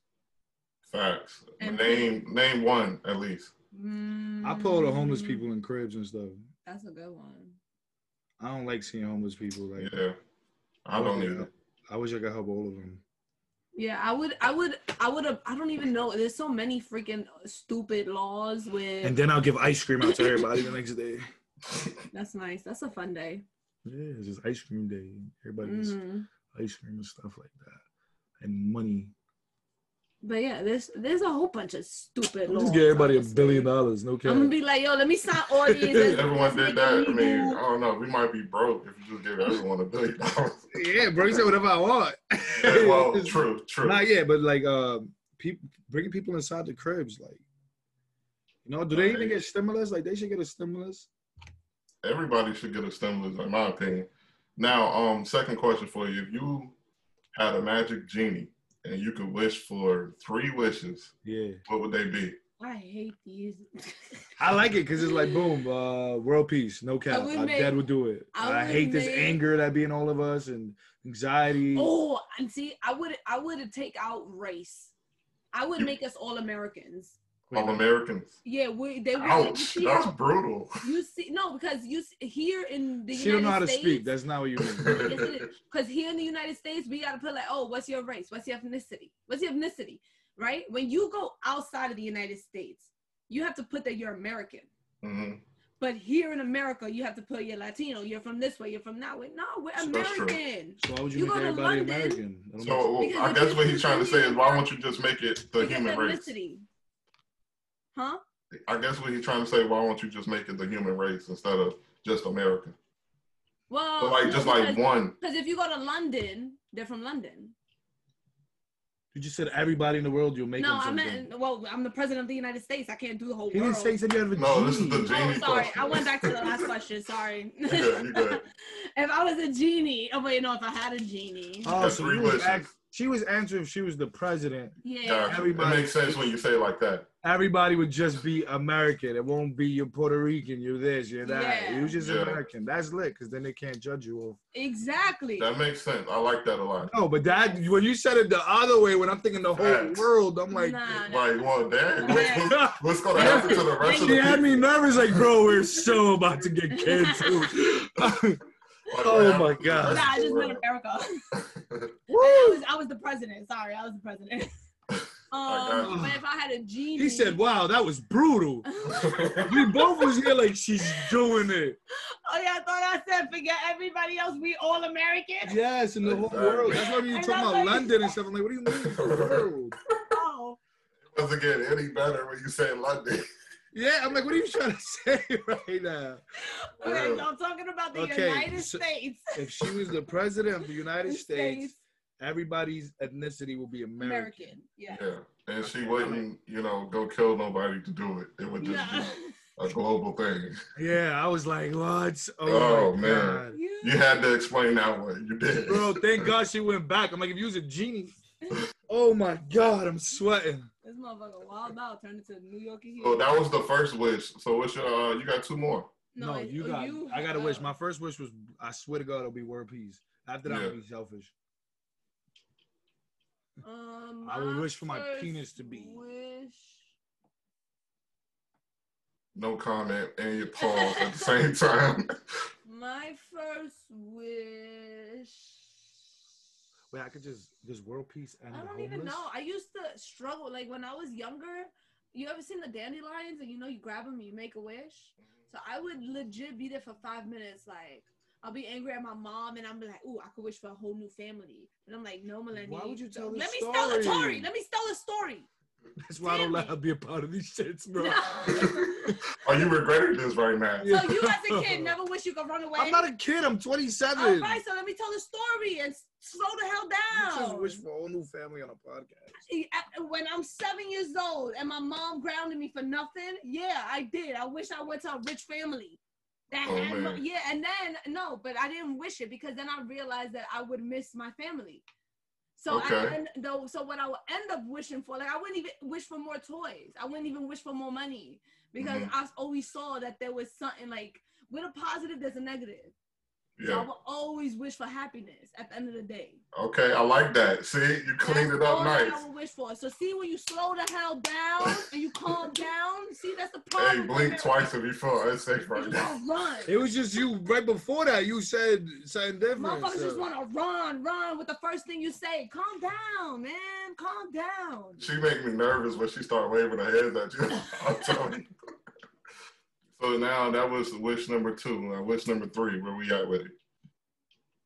Facts. And- name name one at least. I pull the homeless Mm, people in cribs and stuff. That's a good one. I don't like seeing homeless people. Like Yeah, I don't Okay. either. I wish I could help all of them. Yeah, I would, I would, I would, I don't even know. There's so many freaking stupid laws with. And then I'll give ice cream out to everybody the next day. That's nice. That's a fun day. Yeah, it's just ice cream day. Everybody's Mhm. ice cream and stuff like that, and money. But yeah, there's there's a whole bunch of stupid. Just laws, give everybody a honestly. billion dollars. No I'm gonna cap. be like, yo, let me sign all these. If Let's- everyone let's did make that, it I mean, legal. I don't know. We might be broke if you just give everyone a billion dollars. Yeah, bro, you say whatever I want. Yeah, well, true, true. Not yet, but like um, people bringing people inside the cribs, like you know, do they even get stimulus? Like they should get a stimulus. Everybody should get a stimulus, in my opinion. Now, um, second question for you: If you had a magic genie and you could wish for three wishes, Yeah, what would they be? I hate these. I like it because it's like boom, uh, world peace, no cap. would My make- dad would do it. I I, would hate this make- anger that be in all of us and anxiety. oh, and see, I would I would take out race. I would You- make us all Americans. Wait, All Americans. Yeah, we they would. you Ouch, see that's how- brutal. You see, no, because you s- here in the she United don't know how to States, speak. That's not what you mean. Because here in the United States, we gotta put like, oh, what's your race? What's your ethnicity? What's your ethnicity? Right? When you go outside of the United States, you have to put that you're American. hmm But here in America, you have to put you're Latino. You're from this way. You're from that way. No, we're So that's true. American. So why would you, You make go to everybody London, American? I don't So know. Because I it guess is what he's trying to say is, why confusing. won't you just make it the Because human race? ethnicity. Huh? I guess what he's trying to say, why won't you just make it the human race instead of just America? Well, But like, no, just like Oh, because- one. Because if you go to London, they're from London. you just said everybody in the world you'll make no, them I something. meant, well, I'm the president of the United States. I can't do the whole he world. didn't say he said you had a No, this is the genie. genie Oh, sorry. question. I went back to the last question. Sorry. You good, you good. if I was a genie, oh wait, no. If I had a genie, Oh, That's so three you was wishes. ask- she was answering if she was the president. yeah. Gotcha. Everybody- It makes sense when you say it like that. Everybody would just be American. It won't be you're Puerto Rican, you're this, you're that. Yeah. You're just Yeah. American. That's lit, because then they can't judge you off. Exactly. That makes sense. I like that a lot. No, but that when you said it the other way, when I'm thinking the whole Facts. world, I'm like, Nah, nah. Like, well, dang, what's, Yeah. what's, what's gonna happen to the rest of she the had people? me nervous. Like, bro, we're so about to get canceled. Like, Oh what my happened to the God. Nah, I rest just of the meant world? America. I Woo! was, I was the president. Sorry, I was the president. got Um, you. but if I had a genie, He said, "Wow, that was brutal." We both was here like she's doing it. Oh yeah, I thought I said forget everybody else. We all American. Yes, in the whole Exactly. world. That's why we were And talking that's about why- London and stuff. I'm like, what do you mean the world? Oh, Doesn't get any better when you say London. Yeah, I'm like, what are you trying to say right now? okay, so I'm talking about the Okay, United so- States. If she was the president of the United States, States. everybody's ethnicity will be American. American. Yeah. Yeah. And she wouldn't, you know, go kill nobody to do it. It would just Nah. be a global thing. Yeah, I was like, what? Oh, my man. God. You had to explain that one. You did. Bro, thank God she went back. I'm like, if you was a genie, oh my God, I'm sweating. This motherfucker wild out turned into New York. here. So Oh, that was the first wish. So what's your? Uh, you got two more. No, it- you oh, got. I got a uh, wish. My first wish was, I swear to God, it'll be world peace. After that, I'm gonna be selfish. Um, I would my wish for my first penis to be- Wish. No comment and your pause at the same time. My first wish. Wait, I could just this world peace and I the don't homeless? even know. I used to struggle. Like when I was younger, you ever seen the dandelions and you know you grab them and you make a wish? So I would legit be there for five minutes. Like I'll be angry at my mom and I'm be like, ooh, I could wish for a whole new family. And I'm like, no, Melanie. would you tell this Let me tell the story? story. Let me tell the story. That's why I don't let Damn it. her be a part of these shits, bro. Are you regretting this right now? So you as a kid never wish you could run away. I'm not a kid. I'm 27. All right, so let me tell the story and s- slow the hell You just down. wish for a whole new family on a podcast. E- a- when I'm seven years old and my mom grounded me for nothing, yeah, I did. I wish I went to a rich family. That Oh, had no, man. yeah, and then no, but I didn't wish it because then I realized that I would miss my family. So I Okay. end, though, so what I would end up wishing for, like I wouldn't even wish for more toys. I wouldn't even wish for more money because Mhm. I always saw that there was something like with a positive, there's a negative. So I Yeah. will always wish for happiness at the end of the day. Okay, I like that. See, you cleaned it That's all up that nice. I will wish for. So see when you slow the hell down and you calm down. See that's the problem. Hey, blink with twice if you feel unsafe America. right now. They just wanna run. It was just you right before that. You said something different. Motherfuckers so- just want to run, run with the first thing you say. Calm down, man. Calm down. She make me nervous when she start waving her hands at you. I'm telling you. So now that was wish number two. Now wish number three, where we at with it?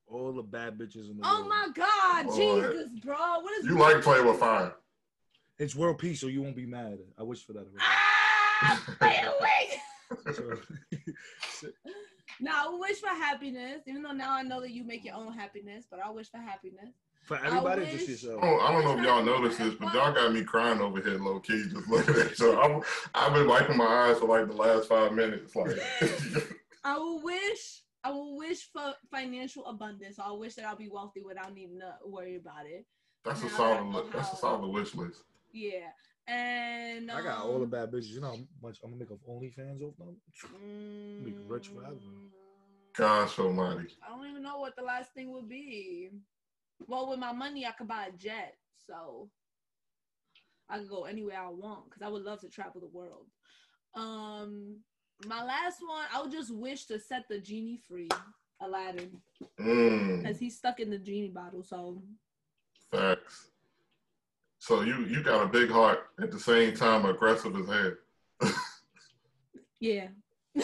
All the bad bitches in the Oh world. my God, Lord. Jesus, bro. What is You like playing with fire. It's world peace, so you won't be mad. I wish for that. Ah, stay away. So- Now I wish for happiness, even though now I know that you make your own happiness, but I wish for happiness. for everybody, I just wish- Oh, yourself. I don't, I don't know if y'all noticed this, but y'all got me crying over here, low key, just looking at you. I'm, I've been wiping my eyes for like the last five minutes. Like, I will wish. I will wish for financial abundance. I wish that I'll be wealthy without needing to worry about it. that's a solid. li- That's a solid wish list. Yeah, and I got all the um, bad bitches. You know how much I'm gonna make of OnlyFans off them? Mm, Be rich forever. Gosh Almighty. I don't even know what the last thing would be. Well, with my money, I could buy a jet, so I could go anywhere I want because I would love to travel the world. Um, my last one, I would just wish to set the genie free, Aladdin, Mm, because he's stuck in the genie bottle. So facts. So you you got a big heart at the same time aggressive as hell. yeah.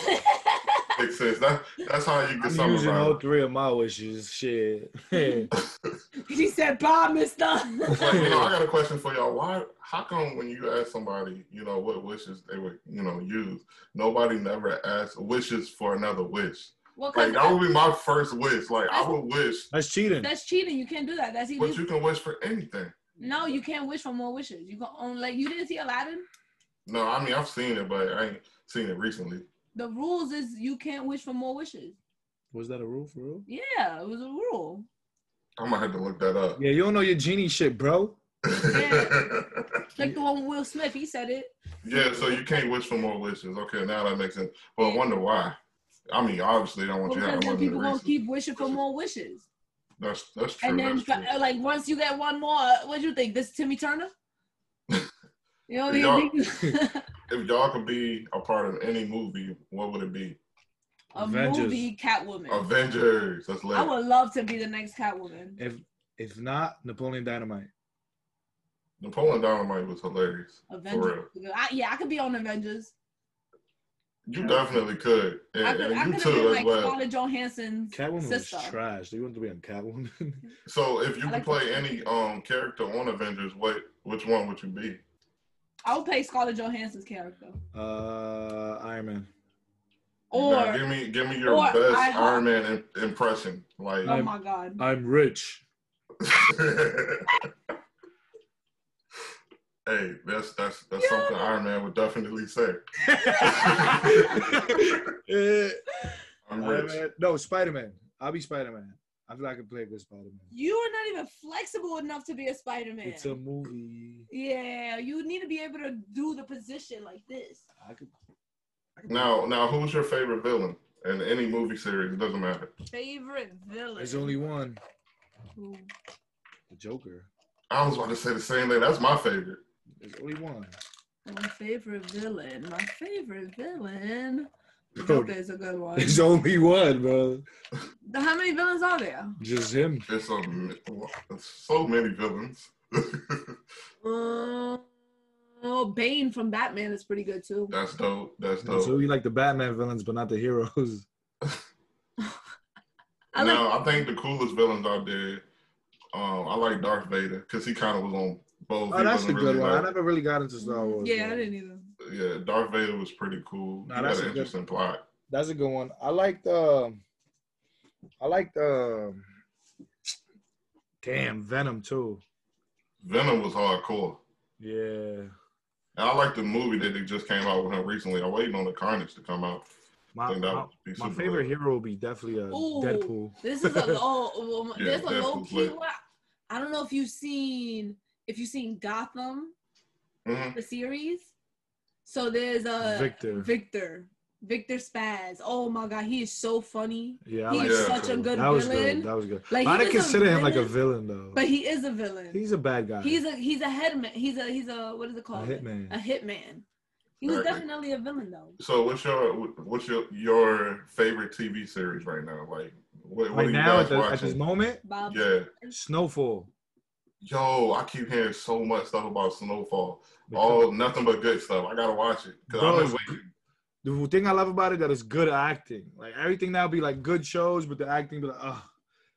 Makes sense. That, that's how you can I'm using all summarize. three of my wishes. Shit. he said, "Bye, Mister." it. Like, you know, I got a question for y'all. Why? How come when you ask somebody, you know, what wishes they would, you know, use, nobody never asks wishes for another wish. well, 'cause Like that would be my first wish. Like I would wish, That's cheating. that's cheating. You can't do that. That's but you illegal. can wish for anything. No, you can't wish for more wishes. You can only like you didn't see Aladdin. No, I mean I've seen it, but I ain't seen it recently. The rules is you can't wish for more wishes. Was that a rule for real? Yeah, it was a rule. I might have to look that up. Yeah, you don't know your genie shit, bro. Yeah. Like the one with Will Smith, he said it. so you can't wish for more wishes. Okay, now that makes sense. But I wonder why. I mean, obviously, they don't want Well, you having because then one of people gonna the keep wishing for more wishes, That's that's true. and then that's true. uh, like once you get one more, what do you think? This Timmy Turner? You know what I Y'all- mean? If y'all could be a part of any movie, what would it be? a Avengers. movie Catwoman. Avengers. That's lit. I would love to be the next Catwoman. If if not, Napoleon Dynamite. Napoleon Dynamite was hilarious. Avengers. I, yeah, I could be on Avengers. You definitely could, and, I could, and I you could too have been as like well. Scarlett Johansson. Catwoman Sister. was trash. Do you want to be on Catwoman? So if you I could like play that. any um character on Avengers, what which one would you be? I would play Scarlett Johansson's character. uh, Iron Man. Now, Or give me give me your or best I- Iron Man im- impression. Like oh my god. I'm rich. Hey, that's that's that's Yeah. something Iron Man would definitely say. Eh, I'm Iron rich. Man. No, Spider Man. I'll be Spider Man. I feel like I can play a good Spider Man. You are not even flexible enough to be a Spider Man. It's a movie. yeah, you need to be able to do the position like this. I could. I could Now now who's your favorite villain in any movie series? It doesn't matter. Favorite villain. There's only one. Who? The Joker. I was about to say the same thing. That's my favorite. There's only one. my favorite villain. My favorite villain. The Bro, Joker is a good one. There's only one, bro. How many villains are there? Just him. It's a it's so many villains. Um, oh, Bane from Batman is pretty good too. that's dope. That's dope. So you like the Batman villains, but not the heroes. I like no, I think the coolest villains out there. Um, I like Darth Vader because he kind of was on both. Oh, He that's a wasn't good really one. I like- never really got into Star Wars. Yeah, I though. didn't either. yeah, Darth Vader was pretty cool. Nah, he that's had a an good- interesting plot. That's a good one. I liked um I liked um Damn, Venom too. Venom was hardcore. Yeah. And I like the movie that they just came out with him recently. I'm waiting on the Carnage to come out. My I think that my, would be my super favorite lit. hero would be definitely uh, Ooh. Deadpool. This is a low. well, Yeah, there's a Deadpool's low key lit. one. I don't know if you've seen if you've seen Gotham Mhm. the series. So there's a Victor. Victor. Victor Spaz. Oh my god, he is so funny. Yeah, I He like is Deadpool. such a good That was villain. good. That was good. Like, I he didn't was a consider him like a villain though. But he is a villain. He's, He's a bad guy. a he's a headman. He's a he's a what is it a called? hitman. A hitman. He was Right. definitely a villain though. So, what's your what's your your favorite TV series right now? Like, what, what Right are you now at, guys the, at this watching? moment, Bob. yeah, Snowfall. yo, I keep hearing so much stuff about Snowfall. Because- Oh. All nothing but good stuff. I gotta watch it because Bro, I've it's been waiting. The thing I love about it that is good acting. Like everything now be like good shows, but the acting be like, oh,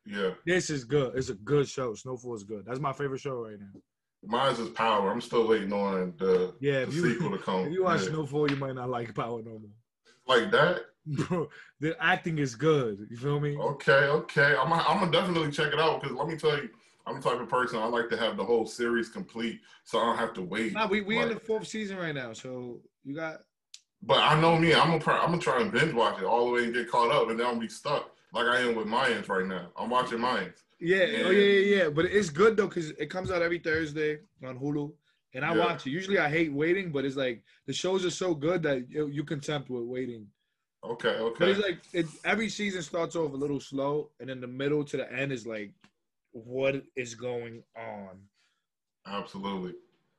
Yeah. this is good. It's a good show. Snowfall is good. That's my favorite show right now. Mine's is Power. I'm still waiting on the, Yeah, the if you sequel to come. if you watch Yeah. Snowfall, you might not like Power no more. like that. Bro, the acting is good. You feel me? Okay, okay. I'm I'm gonna definitely check it out because let me tell you, I'm the type of person I like to have the whole series complete, so I don't have to wait. Nah, we we in the Like- fourth season right now, so you got But I know me, I'm gonna pro- I'm gonna try and binge watch it all the way and get caught up, and then I'll be stuck like I am with Mayans right now. I'm watching Mayans. yeah, Yeah. oh yeah, yeah, yeah. But it's good though because it comes out every Thursday on Hulu, and I Yeah. watch it. Usually I hate waiting, but it's like the shows are so good that you, you can tempt with waiting. Okay, But okay. it's like it, every season starts off a little slow, and then the middle to the end is like, what is going on? Absolutely.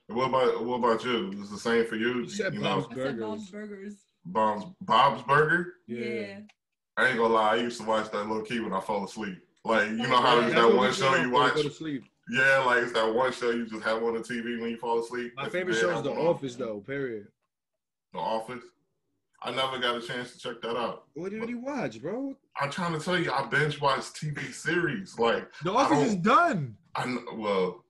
What about what about you? Is the same for you? You said you know, Bob's I said Bob's Burgers. Burgers. Bob's Bob's Burger. Yeah. I ain't gonna lie, I used to watch that little key when I fall asleep. Like you know how Yeah, there's Oh, that's that what one we show do you before we watch Go to sleep. Yeah, like it's that one show you just have on the TV when you fall asleep. My That's favorite bad. show is The I'm on Office, though. Period. The Office. I never got a chance to check that out. What did you watch, bro? I'm trying to tell you, I binge watch TV series. Like The I Office is don't- done. I kn- well,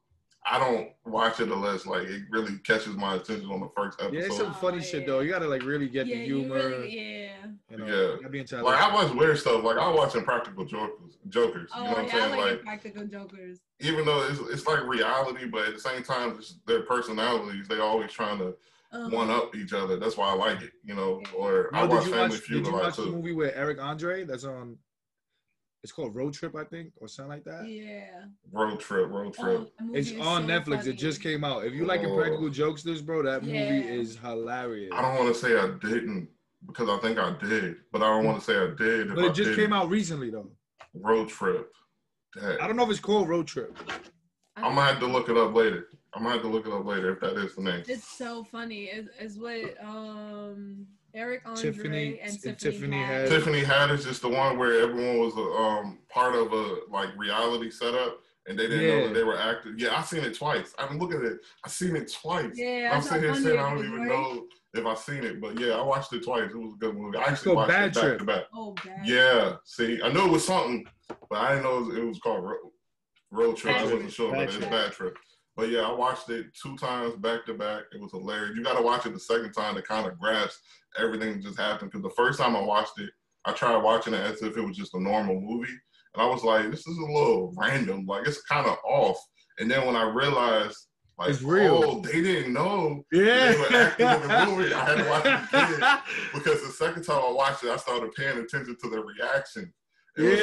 I don't watch it unless like it really catches my attention on the first Yeah, it's episode. some funny Oh, shit yeah. though. You gotta like really get yeah, the you humor. really, yeah. you know, Yeah. you gotta be into like that. I watch weird stuff. Like I watch Impractical Jokers. Jokers. Oh, you know what I'm yeah, I saying? like, like Impractical Jokers. even though it's, it's like reality, but at the same time, it's their personalities. They always trying to Um, one up each other. That's why I like it, you know. Or Mo, I watch did you Family watch? Feud Did a you lot watch the too. movie with Eric Andre? That's on. It's called Road Trip, I think, or something like that. Yeah. Road Trip, Road Trip. Oh, that movie It's is on so Netflix. funny. It just came out. If you like Oh. Impractical Jokesters, bro, that movie Yeah. is hilarious. I don't want to say I didn't because I think I did, but I don't want to say I did. If But I it just didn't. came out recently, though. Road Trip. Dang. I don't know if it's called Road Trip. I'm gonna have to look it up later. I'm gonna have to look it up later if that is the name. It's so funny. It's, it's what um, Eric Andre Tiffany- and Tiffany, and Tiffany had. had- Tiffany Haddish is the one where everyone was a um, part of a like reality setup, and they didn't know Yeah. that they were actors. Yeah, I seen it twice. I mean, look at it. I seen it twice. Yeah, I'm sitting here saying I wondering, don't even right? know if I seen it, but yeah, I watched it twice. It was a good movie. I actually called watched Bad it back Trip. to back. Oh, bad. Yeah, see, I knew it was something, but I didn't know it was, it was called Ro- Road Trip. I Bad wasn't Trip. sure, but Bad it's Trip. Bad Trip. But yeah, I watched it two times back to back. It was hilarious. You got to watch it the second time to kind of grasp everything that just happened. Because the first time I watched it, I tried watching it as if it was just a normal movie, and I was like, "This is a little random. Like it's kind of off." And then when I realized, like, It's real. oh, they didn't know They were acting in the movie. I had to watch it Yeah. again. because the second time I watched it, I started paying attention to the reaction. It yeah, was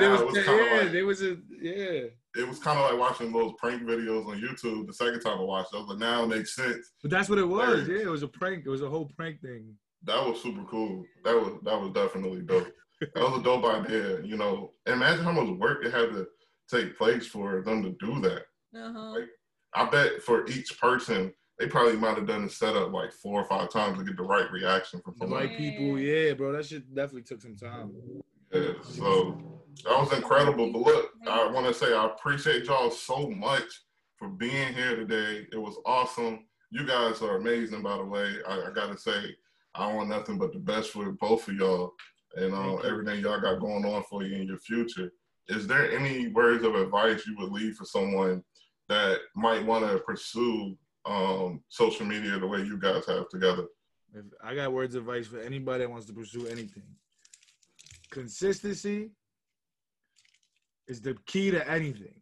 there nah, was, it was kind of yeah, like there was a yeah. it was kind of like watching those prank videos on YouTube. The second time I watched, it, I was like, now it makes sense. But that's what it was. Hilarious. Yeah, it was a prank. It was a whole prank thing. That was super cool. That was that was definitely dope. that was a dope idea. You know, imagine how much work it had to take place for them to do that. Uh-huh. Like, I bet for each person, they probably might have done the setup like four or five times to get the right reaction from The somebody. right people. Yeah, bro, that shit definitely took some time. Yeah, so that was incredible. But look, I want to say I appreciate y'all so much for being here today. It was awesome. You guys are amazing, by the way. I, I gotta say, I want nothing but the best for both of y'all and uh, Thank you. everything y'all got going on for you in your future. Is there any words of advice you would leave for someone that might want to pursue um, social media the way you guys have together? If I got words of advice for anybody that wants to pursue anything, consistency is the key to anything.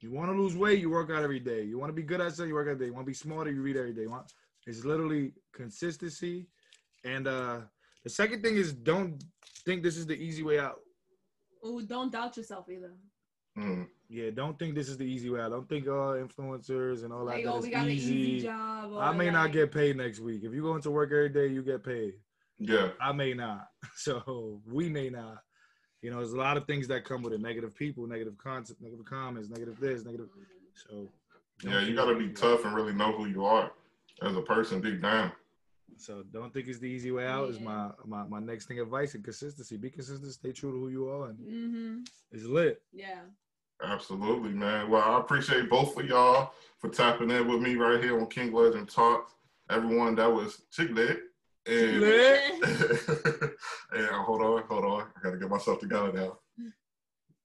You want to lose weight, you work out every day. You want to be good at something, you work out every day. You want to be smarter, you read every day. You want, it's literally consistency. And uh, the second thing is don't think this is the easy way out. Oh, don't doubt yourself either. Hmm. Yeah, don't think this is the easy way out. Don't think uh, influencers and all that. Like, that oh, it's we got easy. an easy job. or I may not like- get paid next week. If you go into work every day, you get paid. Yeah, I may not. So we may not. You know, there's a lot of things that come with it. Negative people, negative content, negative comments, negative this, negative. So don't yeah, you think- gotta be tough and really know who you are as a person deep down. So don't think it's the easy way out. Is Yeah. my, my my next thing advice and consistency. Be consistent. Stay true to who you are, and Mhm. it's lit. Yeah. Absolutely, man. Well, I appreciate both of y'all for tapping in with me right here on King Legend Talks. Everyone that was Chick Lit And, Lit. and hold on, hold on. I gotta get myself together now.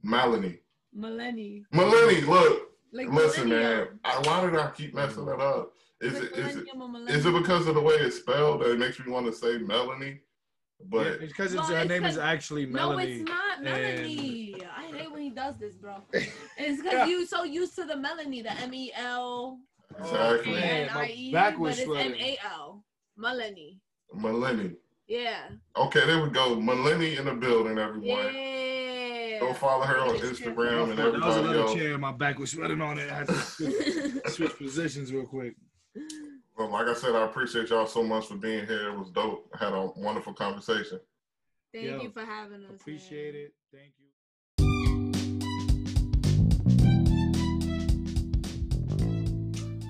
Melanie. Millennium. Melanie, look, Like listen, millennium. man. I, why did I keep messing that up? Is Like it is it millennium or is it millennium. because of the way it's spelled that it makes me want to say Melanie? But because No, her it's name is 'cause- actually No, Melanie. it's not and- Melanie. I hate when he does this, bro. It's because you so used to the Melanie, the M E L A exactly. man, N my I E, back but was it's M sweating. A L. Melanie. Melanie. Yeah. Okay, there we go. Melanie in the building, everyone. Go Yeah. follow her on It's true. Instagram and That was everybody another else. chair. My back was sweating on it. I had to switch, switch positions real quick. Well, like I said, I appreciate y'all so much for being here. It was dope. I had a wonderful conversation. Thank Yo, you for having us. Appreciate man. it. Thank you.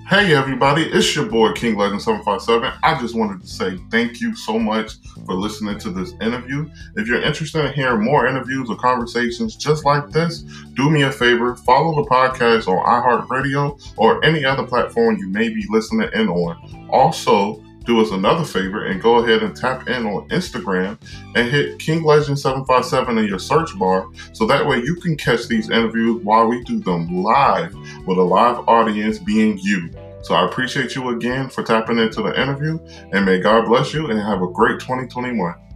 Hey everybody, it's your boy King Legend 757. I just wanted to say thank you so much for listening to this interview. If you're interested in hearing more interviews or conversations just like this, do me a favor, follow the podcast on iHeartRadio or any other platform you may be listening in on. Also, do us another favor and go ahead and tap in on Instagram and hit King Legend 757 in your search bar so that way you can catch these interviews while we do them live with a live audience being you. So I appreciate you again for tapping into the interview, and may God bless you and have a great 2021.